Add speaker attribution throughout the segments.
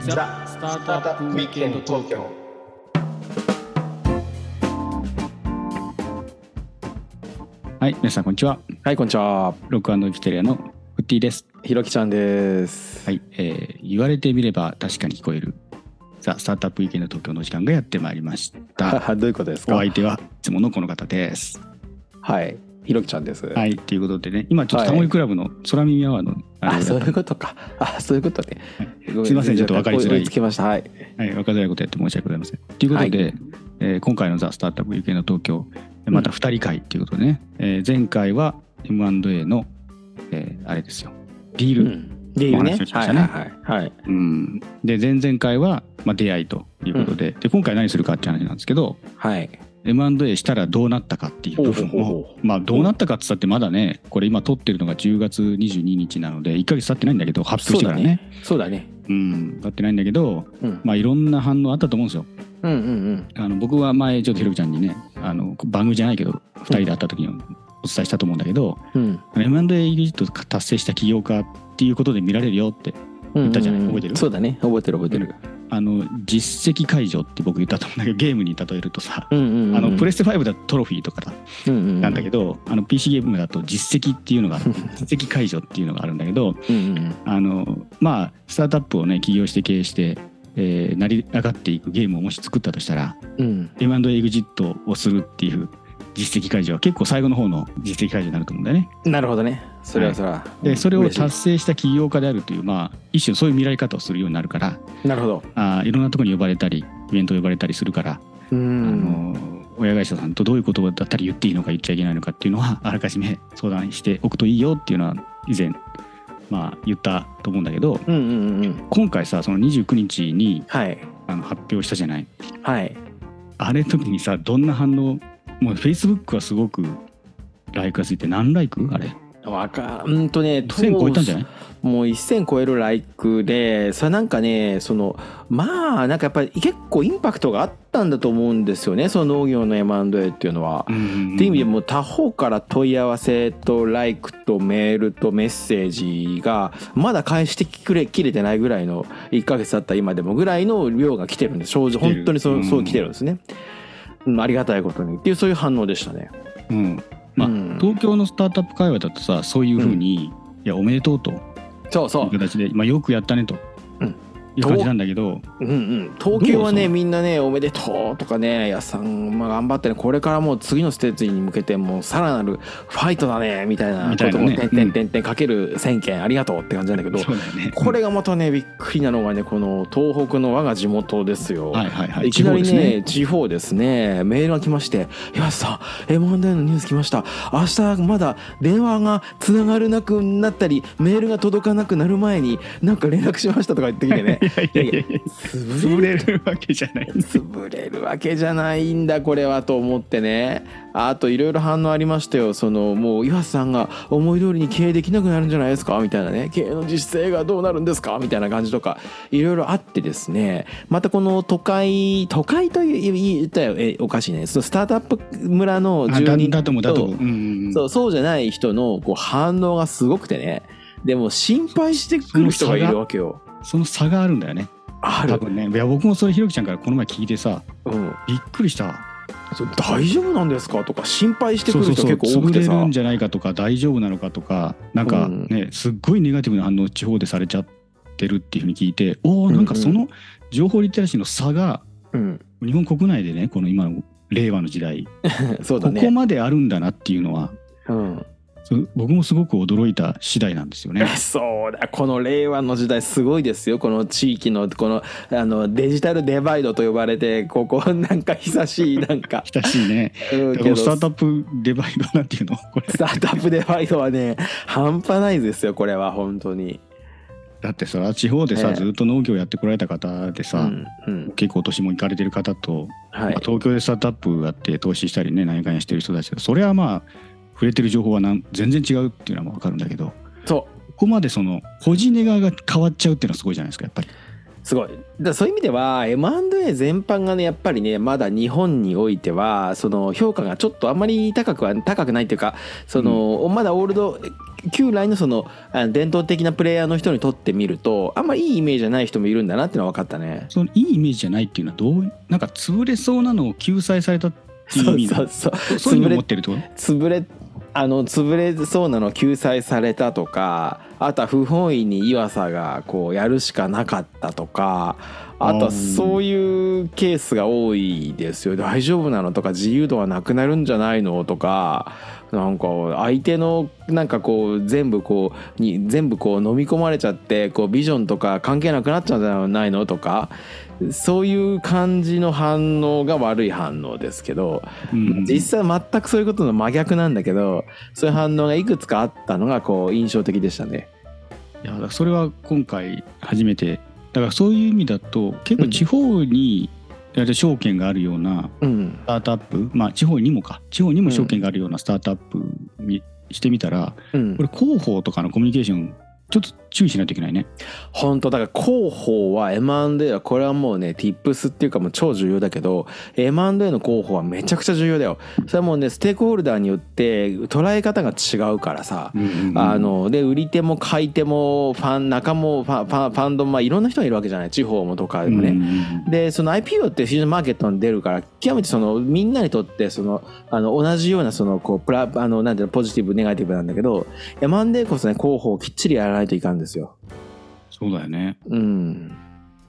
Speaker 1: ザ・スタートアップウィークエンド東京
Speaker 2: はい、皆さんこんにちは。
Speaker 3: はい、こんにちは。
Speaker 2: ロックビテリアのフッティです。
Speaker 3: ひろきちゃんです。
Speaker 2: はい、えー言われてみれば確かに聞こえる。ザ・スタートアップ意見の東京の時間がやってまいりました。
Speaker 3: どういうことです
Speaker 2: お
Speaker 3: か。
Speaker 2: 相手はいつものこの方です。
Speaker 3: はい、ひろきちゃんです。
Speaker 2: はい、ということでね、今ちょっとタモリクラブの空耳アワーの、あ
Speaker 3: あ、
Speaker 2: れ
Speaker 3: そういうことか。あ、そういうことね。ご
Speaker 2: すいませんちょっと分かりづらい
Speaker 3: 追つきました。はい。
Speaker 2: はい、わかりづらいことやって申し訳ございません。ということで、えー今回のザ・スタートアップ UK の東京、
Speaker 3: ん
Speaker 2: また2人会ということでね、えー前回は M&A の、えーあれですよ、ディール。
Speaker 3: ん。理由
Speaker 2: お
Speaker 3: ね。
Speaker 2: 話をしま
Speaker 3: は
Speaker 2: し
Speaker 3: い
Speaker 2: た
Speaker 3: はい
Speaker 2: ね
Speaker 3: はい。はい。
Speaker 2: うん、で前々回は、まあ、出会いということで,、で今回何するかって話なんですけど
Speaker 3: はい。
Speaker 2: M&A したらどうなったかっていう部分
Speaker 3: ほうほう
Speaker 2: をまあどうなったかっつったってまだねこれ今撮ってるのが10月22日なので1ヶ月経ってないんだけど発表してからね
Speaker 3: そうだね。
Speaker 2: うん、経ってないんだけど、
Speaker 3: うん。
Speaker 2: まあ、いろんな反応あったと思うんですよ。
Speaker 3: うんうん
Speaker 2: あの僕は前ちょっとひろきちゃんにねあの番組じゃないけど2人で会った時にお伝えしたと思うんだけど、
Speaker 3: うん。うん。
Speaker 2: M&A 技術と達成した起業家っていうことで見られるよって
Speaker 3: 言
Speaker 2: ったじゃない覚えてる
Speaker 3: そうだね。覚えてる覚えてる。
Speaker 2: あの実績解除って僕言ったと思うんだけどゲームに例えるとさ、
Speaker 3: うんうんうん。
Speaker 2: あのプレ
Speaker 3: ス
Speaker 2: ステ5だとトロフィーとかだ
Speaker 3: な
Speaker 2: なんだけ
Speaker 3: ど。
Speaker 2: ど、あの PC ゲームだと実績っていうのが実績解除っていうのがあるんだけど
Speaker 3: うんうん
Speaker 2: あのまあスタートアップをね起業して経営して、えー成り上がっていくゲームをもし作ったとしたら
Speaker 3: うん。うん。
Speaker 2: M&A エグジットをするっていう実績解除は結構最後の方の実績解除になると思うんだよね。
Speaker 3: なるほどね。それはそれは。
Speaker 2: でそれを
Speaker 3: 嬉しい
Speaker 2: 達成した起業家であるというまあ一種そういう見られ方をするようになるから
Speaker 3: なるほど。
Speaker 2: あーいろんなところに呼ばれたりイベント呼ばれたりするから
Speaker 3: う
Speaker 2: あ
Speaker 3: ん。
Speaker 2: の親会社さんとどういうことだったら言っていいのか言っちゃいけないのかっていうのはあらかじめ相談しておくといいよっていうのは以前まあ言ったと思うんだけど
Speaker 3: うんうんうんうん。
Speaker 2: 今回さその29日に
Speaker 3: はい。
Speaker 2: あの発表したじゃない
Speaker 3: はい。
Speaker 2: あれの時にさどんな反応もう Facebook はすごくライクがついて何ライクあれ
Speaker 3: わかうんとね、
Speaker 2: 1000超えたんじゃない
Speaker 3: もう1000超えるライクでそれなんかねそのまあなんかやっぱり結構インパクトがあったんだと思うんですよねその農業の M&A っていうのは。っていう意味でもう他方から問い合わせとライクとメールとメッセージがまだ返してきれ切れてないぐらいの1ヶ月経った今でもぐらいの量が来てるんです正直
Speaker 2: 来てる
Speaker 3: 本当にそう,、
Speaker 2: うん
Speaker 3: そう来てるんですね、うん、ありがたいことにっていうそういう反応でしたね。
Speaker 2: うんまあ
Speaker 3: うん
Speaker 2: 東京のスタートアップ界隈だとさそういうふうに、いやおめでとうとい
Speaker 3: そうそう
Speaker 2: う形で、まあ、よくやったねと、
Speaker 3: うん
Speaker 2: いう感じなんだけど
Speaker 3: うんうん、東京は
Speaker 2: どうそ
Speaker 3: ね
Speaker 2: の
Speaker 3: みんなねおめでとうとかねいやさん、まあ、頑張ってねこれからもう次のステージに向けてもうさらなるファイトだねみたいな
Speaker 2: み
Speaker 3: こ
Speaker 2: たい
Speaker 3: と
Speaker 2: な
Speaker 3: も
Speaker 2: ね
Speaker 3: 点々点々かける1000件ありがとうって感じなんだけど、
Speaker 2: そうだよね
Speaker 3: これがまたねびっくりなのがねこの東北の我が地元ですよ。
Speaker 2: はいはいはい
Speaker 3: いきなり
Speaker 2: 地方ですね
Speaker 3: ね地方ですねメールが来まして「岩瀬さん M&A のニュース来ました明日まだ電話がつながらなくなったりメールが届かなくなる前になんか連絡しました」とか言ってきてね
Speaker 2: いやいやいやいや
Speaker 3: 潰
Speaker 2: 潰れるわけじゃない
Speaker 3: 潰れるわけじゃないんだこれはと思ってねあといろいろ反応ありましたよそのもう岩瀬さんが思い通りに経営できなくなるんじゃないですかみたいなね経営の実勢がどうなるんですかみたいな感じとかいろいろあってですねまたこの都会都会という言ったよえおかしいねそのスタートアップ村の
Speaker 2: あ
Speaker 3: 住
Speaker 2: だ
Speaker 3: 人
Speaker 2: だともだとも、うんうんうん、
Speaker 3: そうそうじゃない人のこう反応がすごくてねでも心配してくる人がいるわけよ
Speaker 2: その差があるんだよね
Speaker 3: あ
Speaker 2: 多
Speaker 3: る、
Speaker 2: 分ねいや僕もそれひろきちゃんからこの前聞いてさ
Speaker 3: うん、
Speaker 2: びっくりしたわ
Speaker 3: そう大丈夫なんですかとか心配してくる人結構多く
Speaker 2: 潰
Speaker 3: て
Speaker 2: れ
Speaker 3: さ
Speaker 2: るんじゃないかとか大丈夫なのかとかなんか
Speaker 3: うん
Speaker 2: ね、すっごいネガティブな反応を地方でされちゃってるっていうふうに聞いておおんかその情報リテラシーの差が
Speaker 3: うん、
Speaker 2: 日本国内でねこの今の令和の時代、
Speaker 3: そうだ
Speaker 2: ここ
Speaker 3: ね
Speaker 2: まであるんだなっていうのは
Speaker 3: うん、。
Speaker 2: そう僕もすごく驚いた次第なんですよね、
Speaker 3: そうだこの令和の時代すごいですよこの地域のこのあのデジタルデバイドと呼ばれてここなんか久しいなんか
Speaker 2: 親しいね
Speaker 3: うん、
Speaker 2: だか
Speaker 3: け
Speaker 2: ら
Speaker 3: ど
Speaker 2: スタートアップデバイドなんていうのこれ
Speaker 3: スタートアップデバイドはね半端ないですよこれは本当に。
Speaker 2: だってさ地方でさ、
Speaker 3: ええ
Speaker 2: ずっと農業やってこられた方で
Speaker 3: う
Speaker 2: さ、
Speaker 3: んうん
Speaker 2: 結構お年も行かれてる方と、まあ、
Speaker 3: はい
Speaker 2: 東京でスタートアップやって投資したりね何やかんやしてる人たちとそれはまあ触れてる情報はなん全然違うっていうのは分かるんだけどこ
Speaker 3: そう
Speaker 2: こまでその個人ネガが変わっちゃうっていうのはすごいじゃないですかやっぱり。
Speaker 3: すごい。だからそういう意味では M&A 全般がねやっぱりねまだ日本においてはその評価がちょっとあんまり高くは高くないっていうかその、まだオールド旧来のそのあ伝統的なプレイヤーの人にとってみるとあんまりいいイメージじゃない人もいるんだなっていうのは分かったね。
Speaker 2: そのいいイメージじゃないっていうのはどうなんか潰れそうなのを救済されたっていう意味な
Speaker 3: そ
Speaker 2: の
Speaker 3: うそうそう
Speaker 2: そういうのを持ってるってこと
Speaker 3: 潰れあの潰れそうなの救済されたとかあとは不本意に岩佐がこうやるしかなかったとかあと
Speaker 2: う
Speaker 3: は
Speaker 2: ん
Speaker 3: そういうケースが多いですよ大丈夫なのとか自由度はなくなるんじゃないのとかなんか相手のなんかこう全部こうに全部こう飲み込まれちゃってこうビジョンとか関係なくなっちゃうんじゃないのとかそういう感じの反応が悪い反応ですけど。
Speaker 2: うん
Speaker 3: 実際全くそういうことの真逆なんだけどそういう反応がいくつかあったのがこう印象的でしたね。
Speaker 2: いやだからそれは今回初めてだからそういう意味だと結構地方に大体証券があるような
Speaker 3: うん
Speaker 2: ス、タートアップまあ地方にもか地方にも証券があるようなスタートアップにしてみたら
Speaker 3: うん
Speaker 2: これ広報とかのコミュニケーションちょっと注意しないといけないね。
Speaker 3: 本当だから広報は M&A はこれはもうね Tips っていうかもう超重要だけど M&A の広報はめちゃくちゃ重要だよ。それはもうねステークホルダーによって捉え方が違うからさ。あので売り手も買い手もファン仲もファンファンファンドもまあいろんな人がいるわけじゃない地方もとかでもね、でその IPO ってフュージョンマーケットに出るから極めてそのみんなにとってそのあの同じようなそのこうプラあのなんていうのポジティブネガティブなんだけど M&A こそね広報をきっちりやらないといかんですよ。
Speaker 2: そうだよね
Speaker 3: うん
Speaker 2: だ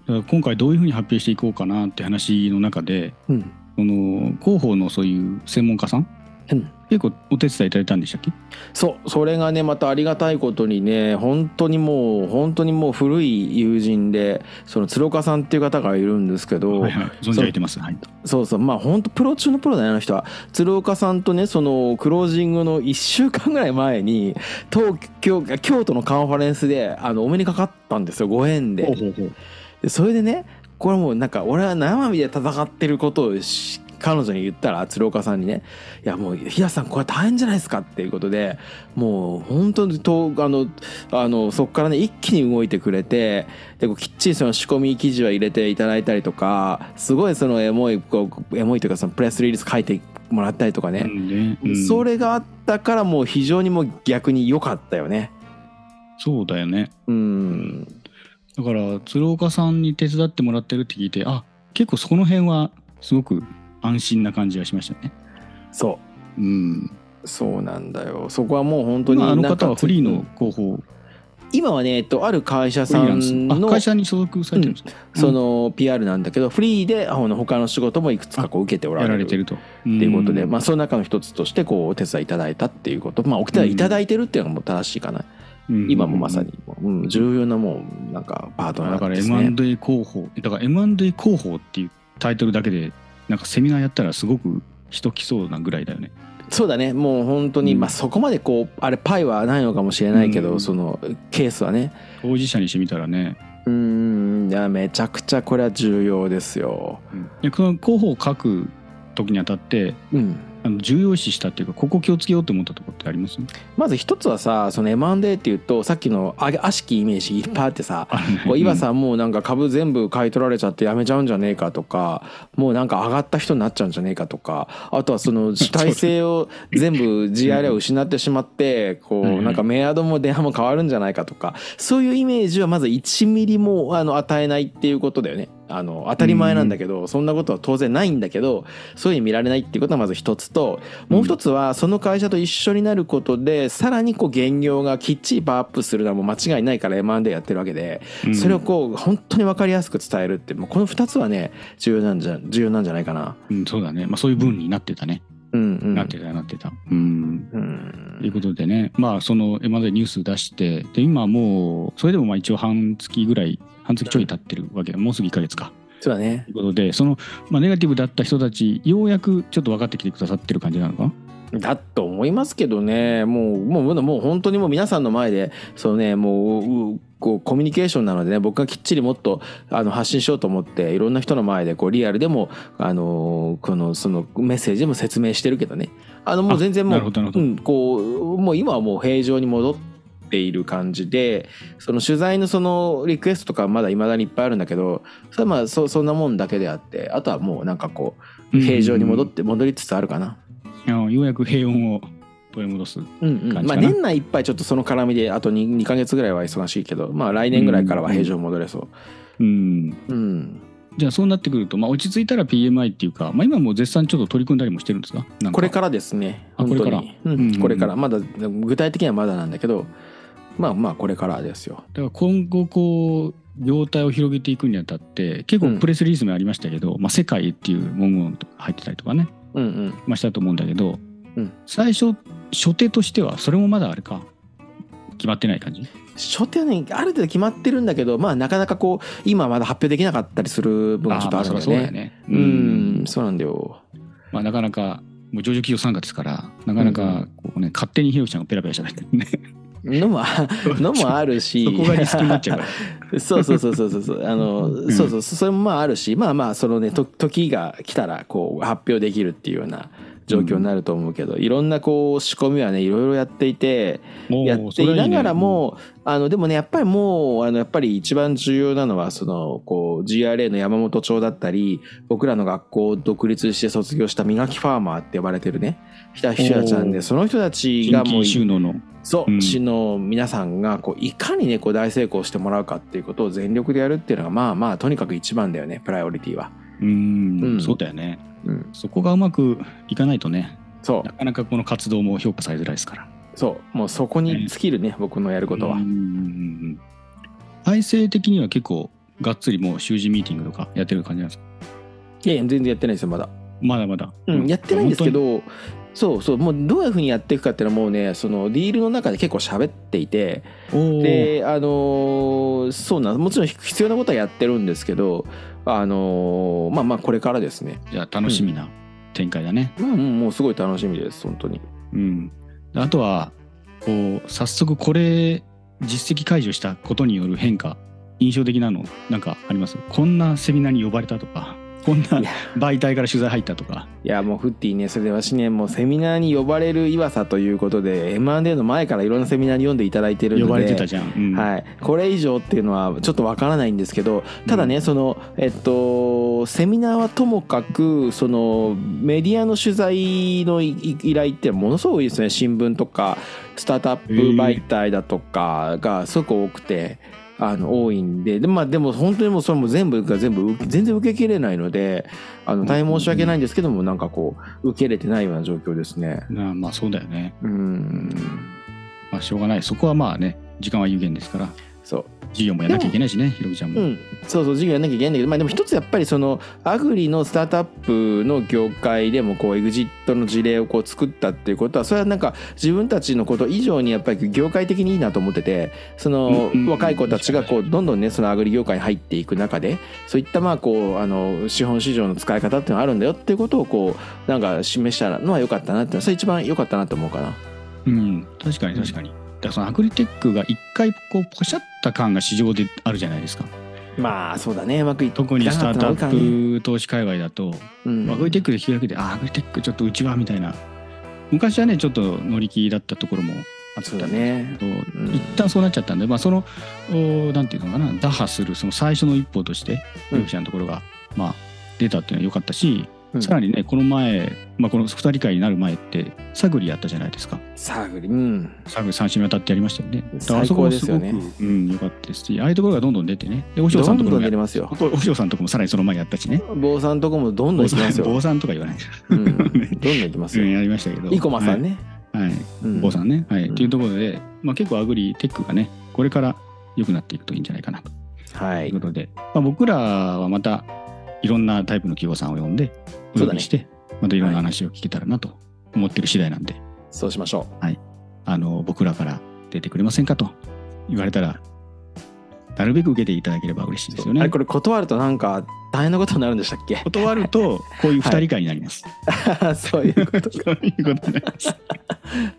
Speaker 2: から今回どういうふうに発表していこうかなって話の中で
Speaker 3: うん
Speaker 2: その広報のそういう専門家さん、
Speaker 3: うん
Speaker 2: 結構お手伝いいただいたんでしたっけ
Speaker 3: そうそれがねまたありがたいことにね本当にもう本当にもう古い友人でその鶴岡さんっていう方がいるんですけど、
Speaker 2: はいはい存じ上げてますはい
Speaker 3: そうそうまあ本当プロ中のプロだねあの人は鶴岡さんとねそのクロージングの1週間ぐらい前に東京京都のカンファレンスであのお目にかかったんですよご縁ででそれでねこれもうなんか俺は生身で戦ってることをし彼女に言ったら鶴岡さんにね「いやもう平瀬さんこれ大変じゃないですか」っていうことでもう本当にとあのあのそこからね一気に動いてくれてでこうきっちりその仕込み記事は入れていただいたりとかすごいそのエモいこうエモいというかそのプレスリリース書いてもらったりとかね、そ
Speaker 2: れ
Speaker 3: れがあったからもう非常にもう逆に良かったよね。
Speaker 2: そうだよね
Speaker 3: うん
Speaker 2: だから鶴岡さんに手伝ってもらってるって聞いてあ結構そこの辺はすごく安心な感じがしましたね
Speaker 3: そう
Speaker 2: うん
Speaker 3: そうなんだよそこはもう本当に
Speaker 2: 今あの
Speaker 3: なんか
Speaker 2: 方はフリーの広報
Speaker 3: 今はね、えっと、ある会社
Speaker 2: フ
Speaker 3: さ
Speaker 2: リーラ
Speaker 3: ん
Speaker 2: ンスあ
Speaker 3: の
Speaker 2: 会社に所属されてるんですか、
Speaker 3: その PR なんだけどフリーであの他の仕事もいくつかこう受けておら
Speaker 2: やら
Speaker 3: れ
Speaker 2: れ
Speaker 3: る
Speaker 2: てるとって
Speaker 3: っていうことで、まあ、その中の一つとしてこうお手伝いいただいたっていうことまあお手伝いいただいてるっていうのがもう正しいかな、今もまさに、うん、重要なもうなんかパートナ
Speaker 2: だ
Speaker 3: ー
Speaker 2: から
Speaker 3: ですね
Speaker 2: M&A 広報だから M&A 広報っていうタイトルだけでなんかセミナーやったらすごく人来そうなぐらいだよね
Speaker 3: そうだねもう本当に、
Speaker 2: うん
Speaker 3: まあ、そこまでこうあれパイはないのかもしれないけど、
Speaker 2: うん
Speaker 3: そのケースはね
Speaker 2: 当事者にしてみたらね、
Speaker 3: うんいやめちゃくちゃこれは重要ですよ。
Speaker 2: でこの広報を書く時にあたって
Speaker 3: うん
Speaker 2: あの重要視したっていうかここ気をつけようと思ったところってあります
Speaker 3: まず一つはさその M&A っていうとさっきのあげ悪しきイメージいっぱいあってさ こう今さもうなんか株全部買い取られちゃってやめちゃうんじゃねえかとかもうなんか上がった人になっちゃうんじゃねえかとかあと はその主体性を全部 GRI を失ってしまってこ
Speaker 2: うん
Speaker 3: うなんかメアドも電話も変わるんじゃないかとかそういうイメージはまず1ミリもあの与えないっていうことだよね。あの当たり前なんだけどそんなことは当然ないんだけどそういうふうに見られないっていうことはまず一つともう一つはその会社と一緒になることでさらにこう現業がきっちりパワーアップするのはもう間違いないから M&A やってるわけで
Speaker 2: うん
Speaker 3: それをこう本当に分かりやすく伝えるってもうこの2つはね重要なんじゃ重要なんじゃないかな。
Speaker 2: うんそうだね、まあ、そういう分になってたね、
Speaker 3: うんうん、
Speaker 2: なってたなってたうん
Speaker 3: うん
Speaker 2: ということでねまあその今までニュース出してで今もうそれでもまあ一応半月ぐらい半月ちょい経ってるわけでもうすぐ1ヶ月か
Speaker 3: そうだね
Speaker 2: ということでその、まあ、ネガティブだった人たちようやくちょっと分かってきてくださってる感じなのかな
Speaker 3: だと思いますけどねもうもうもう本当にもう皆さんの前でそうねもううこうコミュニケーションなのでね僕がきっちりもっとあの発信しようと思っていろんな人の前でこうリアルでもあのこのそのメッセージでも説明してるけどねあのもう全然も
Speaker 2: な
Speaker 3: う
Speaker 2: るほどなるほ
Speaker 3: う
Speaker 2: ど、
Speaker 3: ん、こうもう今はもう平常に戻っっている感じでその取材のそのリクエストとかまだいまだにいっぱいあるんだけどそれはまあそそんなもんだけであってあとはもうなんかこう平常に戻って戻りつつあるかな。
Speaker 2: いやようやく平穏を取り戻す
Speaker 3: うんう
Speaker 2: 感
Speaker 3: ん
Speaker 2: じ
Speaker 3: ま
Speaker 2: かな
Speaker 3: あ、年内いっぱいちょっとその絡みであと 2, 2ヶ月ぐらいは忙しいけど、まあ、来年ぐらいからは平常に戻れそ
Speaker 2: う
Speaker 3: う。
Speaker 2: ん
Speaker 3: うん、
Speaker 2: じゃあそうなってくると、まあ、落ち着いたら PMI っていうか、まあ、今もう絶賛ちょっと取り組んだりもしてるんですかなんか
Speaker 3: これからですね
Speaker 2: あ
Speaker 3: 本当
Speaker 2: こ
Speaker 3: に
Speaker 2: れから
Speaker 3: うん
Speaker 2: うんうん
Speaker 3: これからまだ具体的にはまだなんだけどまあまあこれからですよ。
Speaker 2: だから今後こう業態を広げていくにあたって結
Speaker 3: う
Speaker 2: 構
Speaker 3: ん
Speaker 2: プレスリリースもありましたけど「まあ、世界」っていう文言とか入ってたりとかね、
Speaker 3: うんうん
Speaker 2: まあ、したと思うんだけど、
Speaker 3: うん
Speaker 2: 最初初手としてはそれもまだあれか決まってない感じ
Speaker 3: 初手にある程度決まってるんだけどまあなかなかこう今はまだ発表できなかったりする部分がちょっとあるんだ
Speaker 2: ーまあそりゃ
Speaker 3: よ
Speaker 2: そうだよ
Speaker 3: ね。
Speaker 2: ね。
Speaker 3: う
Speaker 2: うん
Speaker 3: んそうなんだよ。
Speaker 2: まあ、なかなかもう上場企業参加ですからなかなかこう、ね、勝手にひろきちゃんがペラペラしゃべってる ね
Speaker 3: のものもあるし
Speaker 2: そこがリスクになっちゃうから。
Speaker 3: そうそうそうそうそうそうあの、
Speaker 2: うん
Speaker 3: そうそうそれもまああるしまあまあそのねと時が来たらこう発表できるっていうような状況になると思うけど、いろんなこう仕込みはねいろいろやっていて
Speaker 2: おー
Speaker 3: やって
Speaker 2: それ
Speaker 3: い
Speaker 2: はい
Speaker 3: ない
Speaker 2: ね
Speaker 3: がらもあのでもねやっぱりもうあのやっぱり一番重要なのはそのこう GRA の山本町だったり僕らの学校を独立して卒業した磨きファーマーって呼ばれてるね人たちなん
Speaker 2: お
Speaker 3: で
Speaker 2: ー
Speaker 3: その人たち
Speaker 2: 新
Speaker 3: がもう
Speaker 2: 規収納の
Speaker 3: そう、
Speaker 2: うん
Speaker 3: 市の皆さんがこういかにねこう大成功してもらうかっていうことを全力でやるっていうのがまあまあとにかく一番だよねプライオリティは。
Speaker 2: うん、
Speaker 3: うん
Speaker 2: そうだよね
Speaker 3: うん、
Speaker 2: そこがうまくいかないとね
Speaker 3: そ
Speaker 2: なかなかこの活動も評価されづらいですから
Speaker 3: うそうもうそこに尽きるね、僕のやることは。
Speaker 2: うんうんうんうん体制的には結構がっつりもう習字ミーティングとかやってる感じなんですか
Speaker 3: いやいや全然やってないですよまだ。
Speaker 2: まだまだ、
Speaker 3: うん、やってないんですけどそうそうもうどういうふうにやっていくかっていうのはもうねそのディールの中で結構喋っていて
Speaker 2: 本当に
Speaker 3: であのーそうなんもちろん必要なことはやってるんですけどあのーまあまあこれからですね
Speaker 2: おーじゃあ楽しみな展開だね
Speaker 3: うんうんもうすごい楽しみです本当に
Speaker 2: うんあとはこう早速これ実績解除したことによる変化印象的なのなんかありますこんなセミナーに呼ばれたとかこんない
Speaker 3: や
Speaker 2: 媒体から取材入ったとか
Speaker 3: いやもうフッティねそれで私ねもうセミナーに呼ばれる岩佐ということで M&A の前からいろんなセミナーに読んでいただいてるので
Speaker 2: 呼ばれてたじゃん、うん
Speaker 3: はい、これ以上っていうのはちょっとわからないんですけどただね、そのえっとセミナーはともかくそのメディアの取材のいい依頼ってものすごい多いですね新聞とかスタートアップ媒体だとかがすごく多くて。あの多いんでで,、まあ、でも本当にもうそれも全部が全部受け全然受けきれないのであの大変申し訳ないんですけどもなんかこう受け入れてないような状況ですね。
Speaker 2: なまあそうだよね
Speaker 3: うん
Speaker 2: まあしょうがないそこはまあね時間は有限ですから
Speaker 3: そう
Speaker 2: 授業もやらなきゃいけないしねひろきちゃんも、
Speaker 3: うん、そうそう授業やんなきゃいけないんだけど、まあ、でも一つやっぱりそのアグリのスタートアップの業界でもこうエグジットの事例をこう作ったっていうことはそれはなんか自分たちのこと以上にやっぱり業界的にいいなと思っててその
Speaker 2: うんうん
Speaker 3: 若い子たちがこうどんどんねそのアグリ業界に入っていく中でそういったまあこうあの資本市場の使い方っていうのがあるんだよっていうことをこうなんか示したのは良かったなってそれ一番良かったなと思うかな。
Speaker 2: うん、確かに確かに。だからそのアグリテックが一回こうポシャった感が市場であるじゃないですか。
Speaker 3: まあそうだねうまくいってな
Speaker 2: 特に
Speaker 3: か
Speaker 2: スター
Speaker 3: った
Speaker 2: ト
Speaker 3: の
Speaker 2: ア
Speaker 3: かね
Speaker 2: ップ投資界隈だと、
Speaker 3: うん
Speaker 2: アグリテックで聞くだけで、あ、アグリテックちょっとうちはみたいな。昔はね、ちょっと乗り気だったところもあった
Speaker 3: そ
Speaker 2: ん
Speaker 3: う
Speaker 2: で
Speaker 3: だ
Speaker 2: すけど。
Speaker 3: ね。うん
Speaker 2: 一旦そうなっちゃったんで、まあ、そのおなんていうのかな打破するその最初の一歩として
Speaker 3: うん
Speaker 2: ゆきちゃんのところが、まあ、出たっていうのは良かったし、
Speaker 3: うん
Speaker 2: さらにねこの前、まあ、この二人会になる前って探りやったじゃないですか。
Speaker 3: サーグリうん
Speaker 2: サグ三振にわたってやりましたよね。だからあ
Speaker 3: 最
Speaker 2: そこ
Speaker 3: 高
Speaker 2: も
Speaker 3: ですよね
Speaker 2: すごくうん、よかったですし、ああいうところがどんどん出てね。で、お
Speaker 3: ど
Speaker 2: 嬢さんの
Speaker 3: ん
Speaker 2: とこ
Speaker 3: ど
Speaker 2: ろも
Speaker 3: ん出
Speaker 2: や
Speaker 3: れますよ
Speaker 2: お嬢お嬢さんのところもさらにその前やったしね。
Speaker 3: 坊さんとこもどんどん行きますよ
Speaker 2: 坊
Speaker 3: ど
Speaker 2: さんとか言わない。
Speaker 3: んどん行きま
Speaker 2: う
Speaker 3: す
Speaker 2: ん、
Speaker 3: よ
Speaker 2: やりましたけど。
Speaker 3: 生駒さん
Speaker 2: ね。
Speaker 3: ね
Speaker 2: はい。
Speaker 3: うん
Speaker 2: 坊さんね。はい。
Speaker 3: うん
Speaker 2: っていうところで、まあ結構アグリテックがね、これから良くなっていくといいんじゃないかなと
Speaker 3: はいいう
Speaker 2: ことで、まあ僕らはまたいろんなタイプの企業さんを呼んで、お
Speaker 3: そうだ
Speaker 2: 呼
Speaker 3: ね
Speaker 2: びして、またいろんな話を聞けたらなと思ってる次第なんで、
Speaker 3: そうしましょ
Speaker 2: あの僕らから出てくれませんかと言われたらなるべく受けていただければ嬉しいですよ
Speaker 3: うあれ
Speaker 2: ね
Speaker 3: こ。れ断るとなんか大変なことになるんでしたっ け
Speaker 2: 断るとこういう二人会になります。
Speaker 3: そういうこと
Speaker 2: そういうことになります。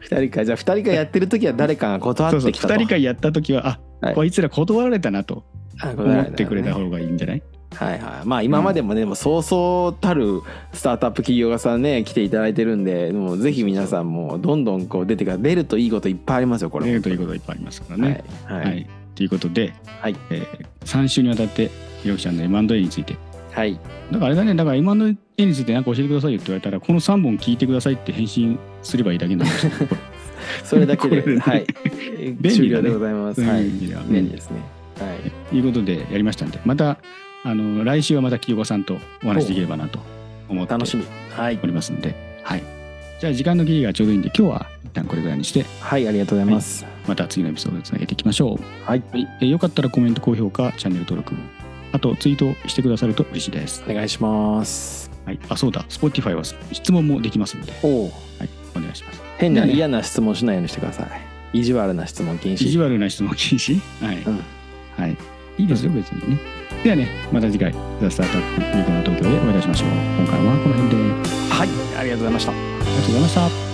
Speaker 3: 二人会じゃあ二人会やってる時は誰かが 断
Speaker 2: そう
Speaker 3: っ
Speaker 2: そう
Speaker 3: てきたと
Speaker 2: 二人会やった時はあ、
Speaker 3: はい
Speaker 2: こいつら断られたなと
Speaker 3: あ断ら
Speaker 2: 思
Speaker 3: れ
Speaker 2: ってくれた
Speaker 3: ね
Speaker 2: 方がいいんじゃない？
Speaker 3: はいはいまあ今までもね、もうそうそうたるスタートアップ企業家さんね来ていただいてるんでもうぜひ皆さんもどんどんこう出てから出るといいこといっぱいありますよこれ
Speaker 2: 出るということがいっぱいありますからね。
Speaker 3: はい
Speaker 2: は、
Speaker 3: はいい
Speaker 2: ということで、
Speaker 3: はい
Speaker 2: えー、3週にわたってひろきちゃんの M&A について
Speaker 3: はい
Speaker 2: だからあれだねだから M&A について何か教えてくださいよって言われたらこの3本聞いてくださいって返信すればいいだけなんですよ
Speaker 3: それだ けで
Speaker 2: これでね
Speaker 3: はい
Speaker 2: ね
Speaker 3: 終了でございます、
Speaker 2: そう
Speaker 3: はいいう
Speaker 2: 意味では、
Speaker 3: 便利ですねはい
Speaker 2: ということでやりましたんでまたあの来週はまた清岡さんとお話しできればなと思って
Speaker 3: 楽しみはい
Speaker 2: おりますんで、はい、じゃあ時間の切りがちょうどいいんで今日は一旦これぐらいにして
Speaker 3: はいありがとうございます
Speaker 2: また次のエピソードにつなげていきましょう、
Speaker 3: はい、
Speaker 2: えーよかったらコメント高評価チャンネル登録あとツイートしてくださると嬉しいです、
Speaker 3: お願いします
Speaker 2: はい、あそうだ Spotify は質問もできますので、
Speaker 3: おお
Speaker 2: はい、お願いします
Speaker 3: 変な
Speaker 2: ね
Speaker 3: 嫌な質問しないようにしてください意地悪な質問禁
Speaker 2: 意地
Speaker 3: 止
Speaker 2: 悪な質問禁止はい、
Speaker 3: うん
Speaker 2: はい、いいですよ別にねではねまた次回「ザ・スタートアップウィークの東京」でお会いいたしましょう今回はこの辺であり
Speaker 3: はいありがとうございました
Speaker 2: がとうございました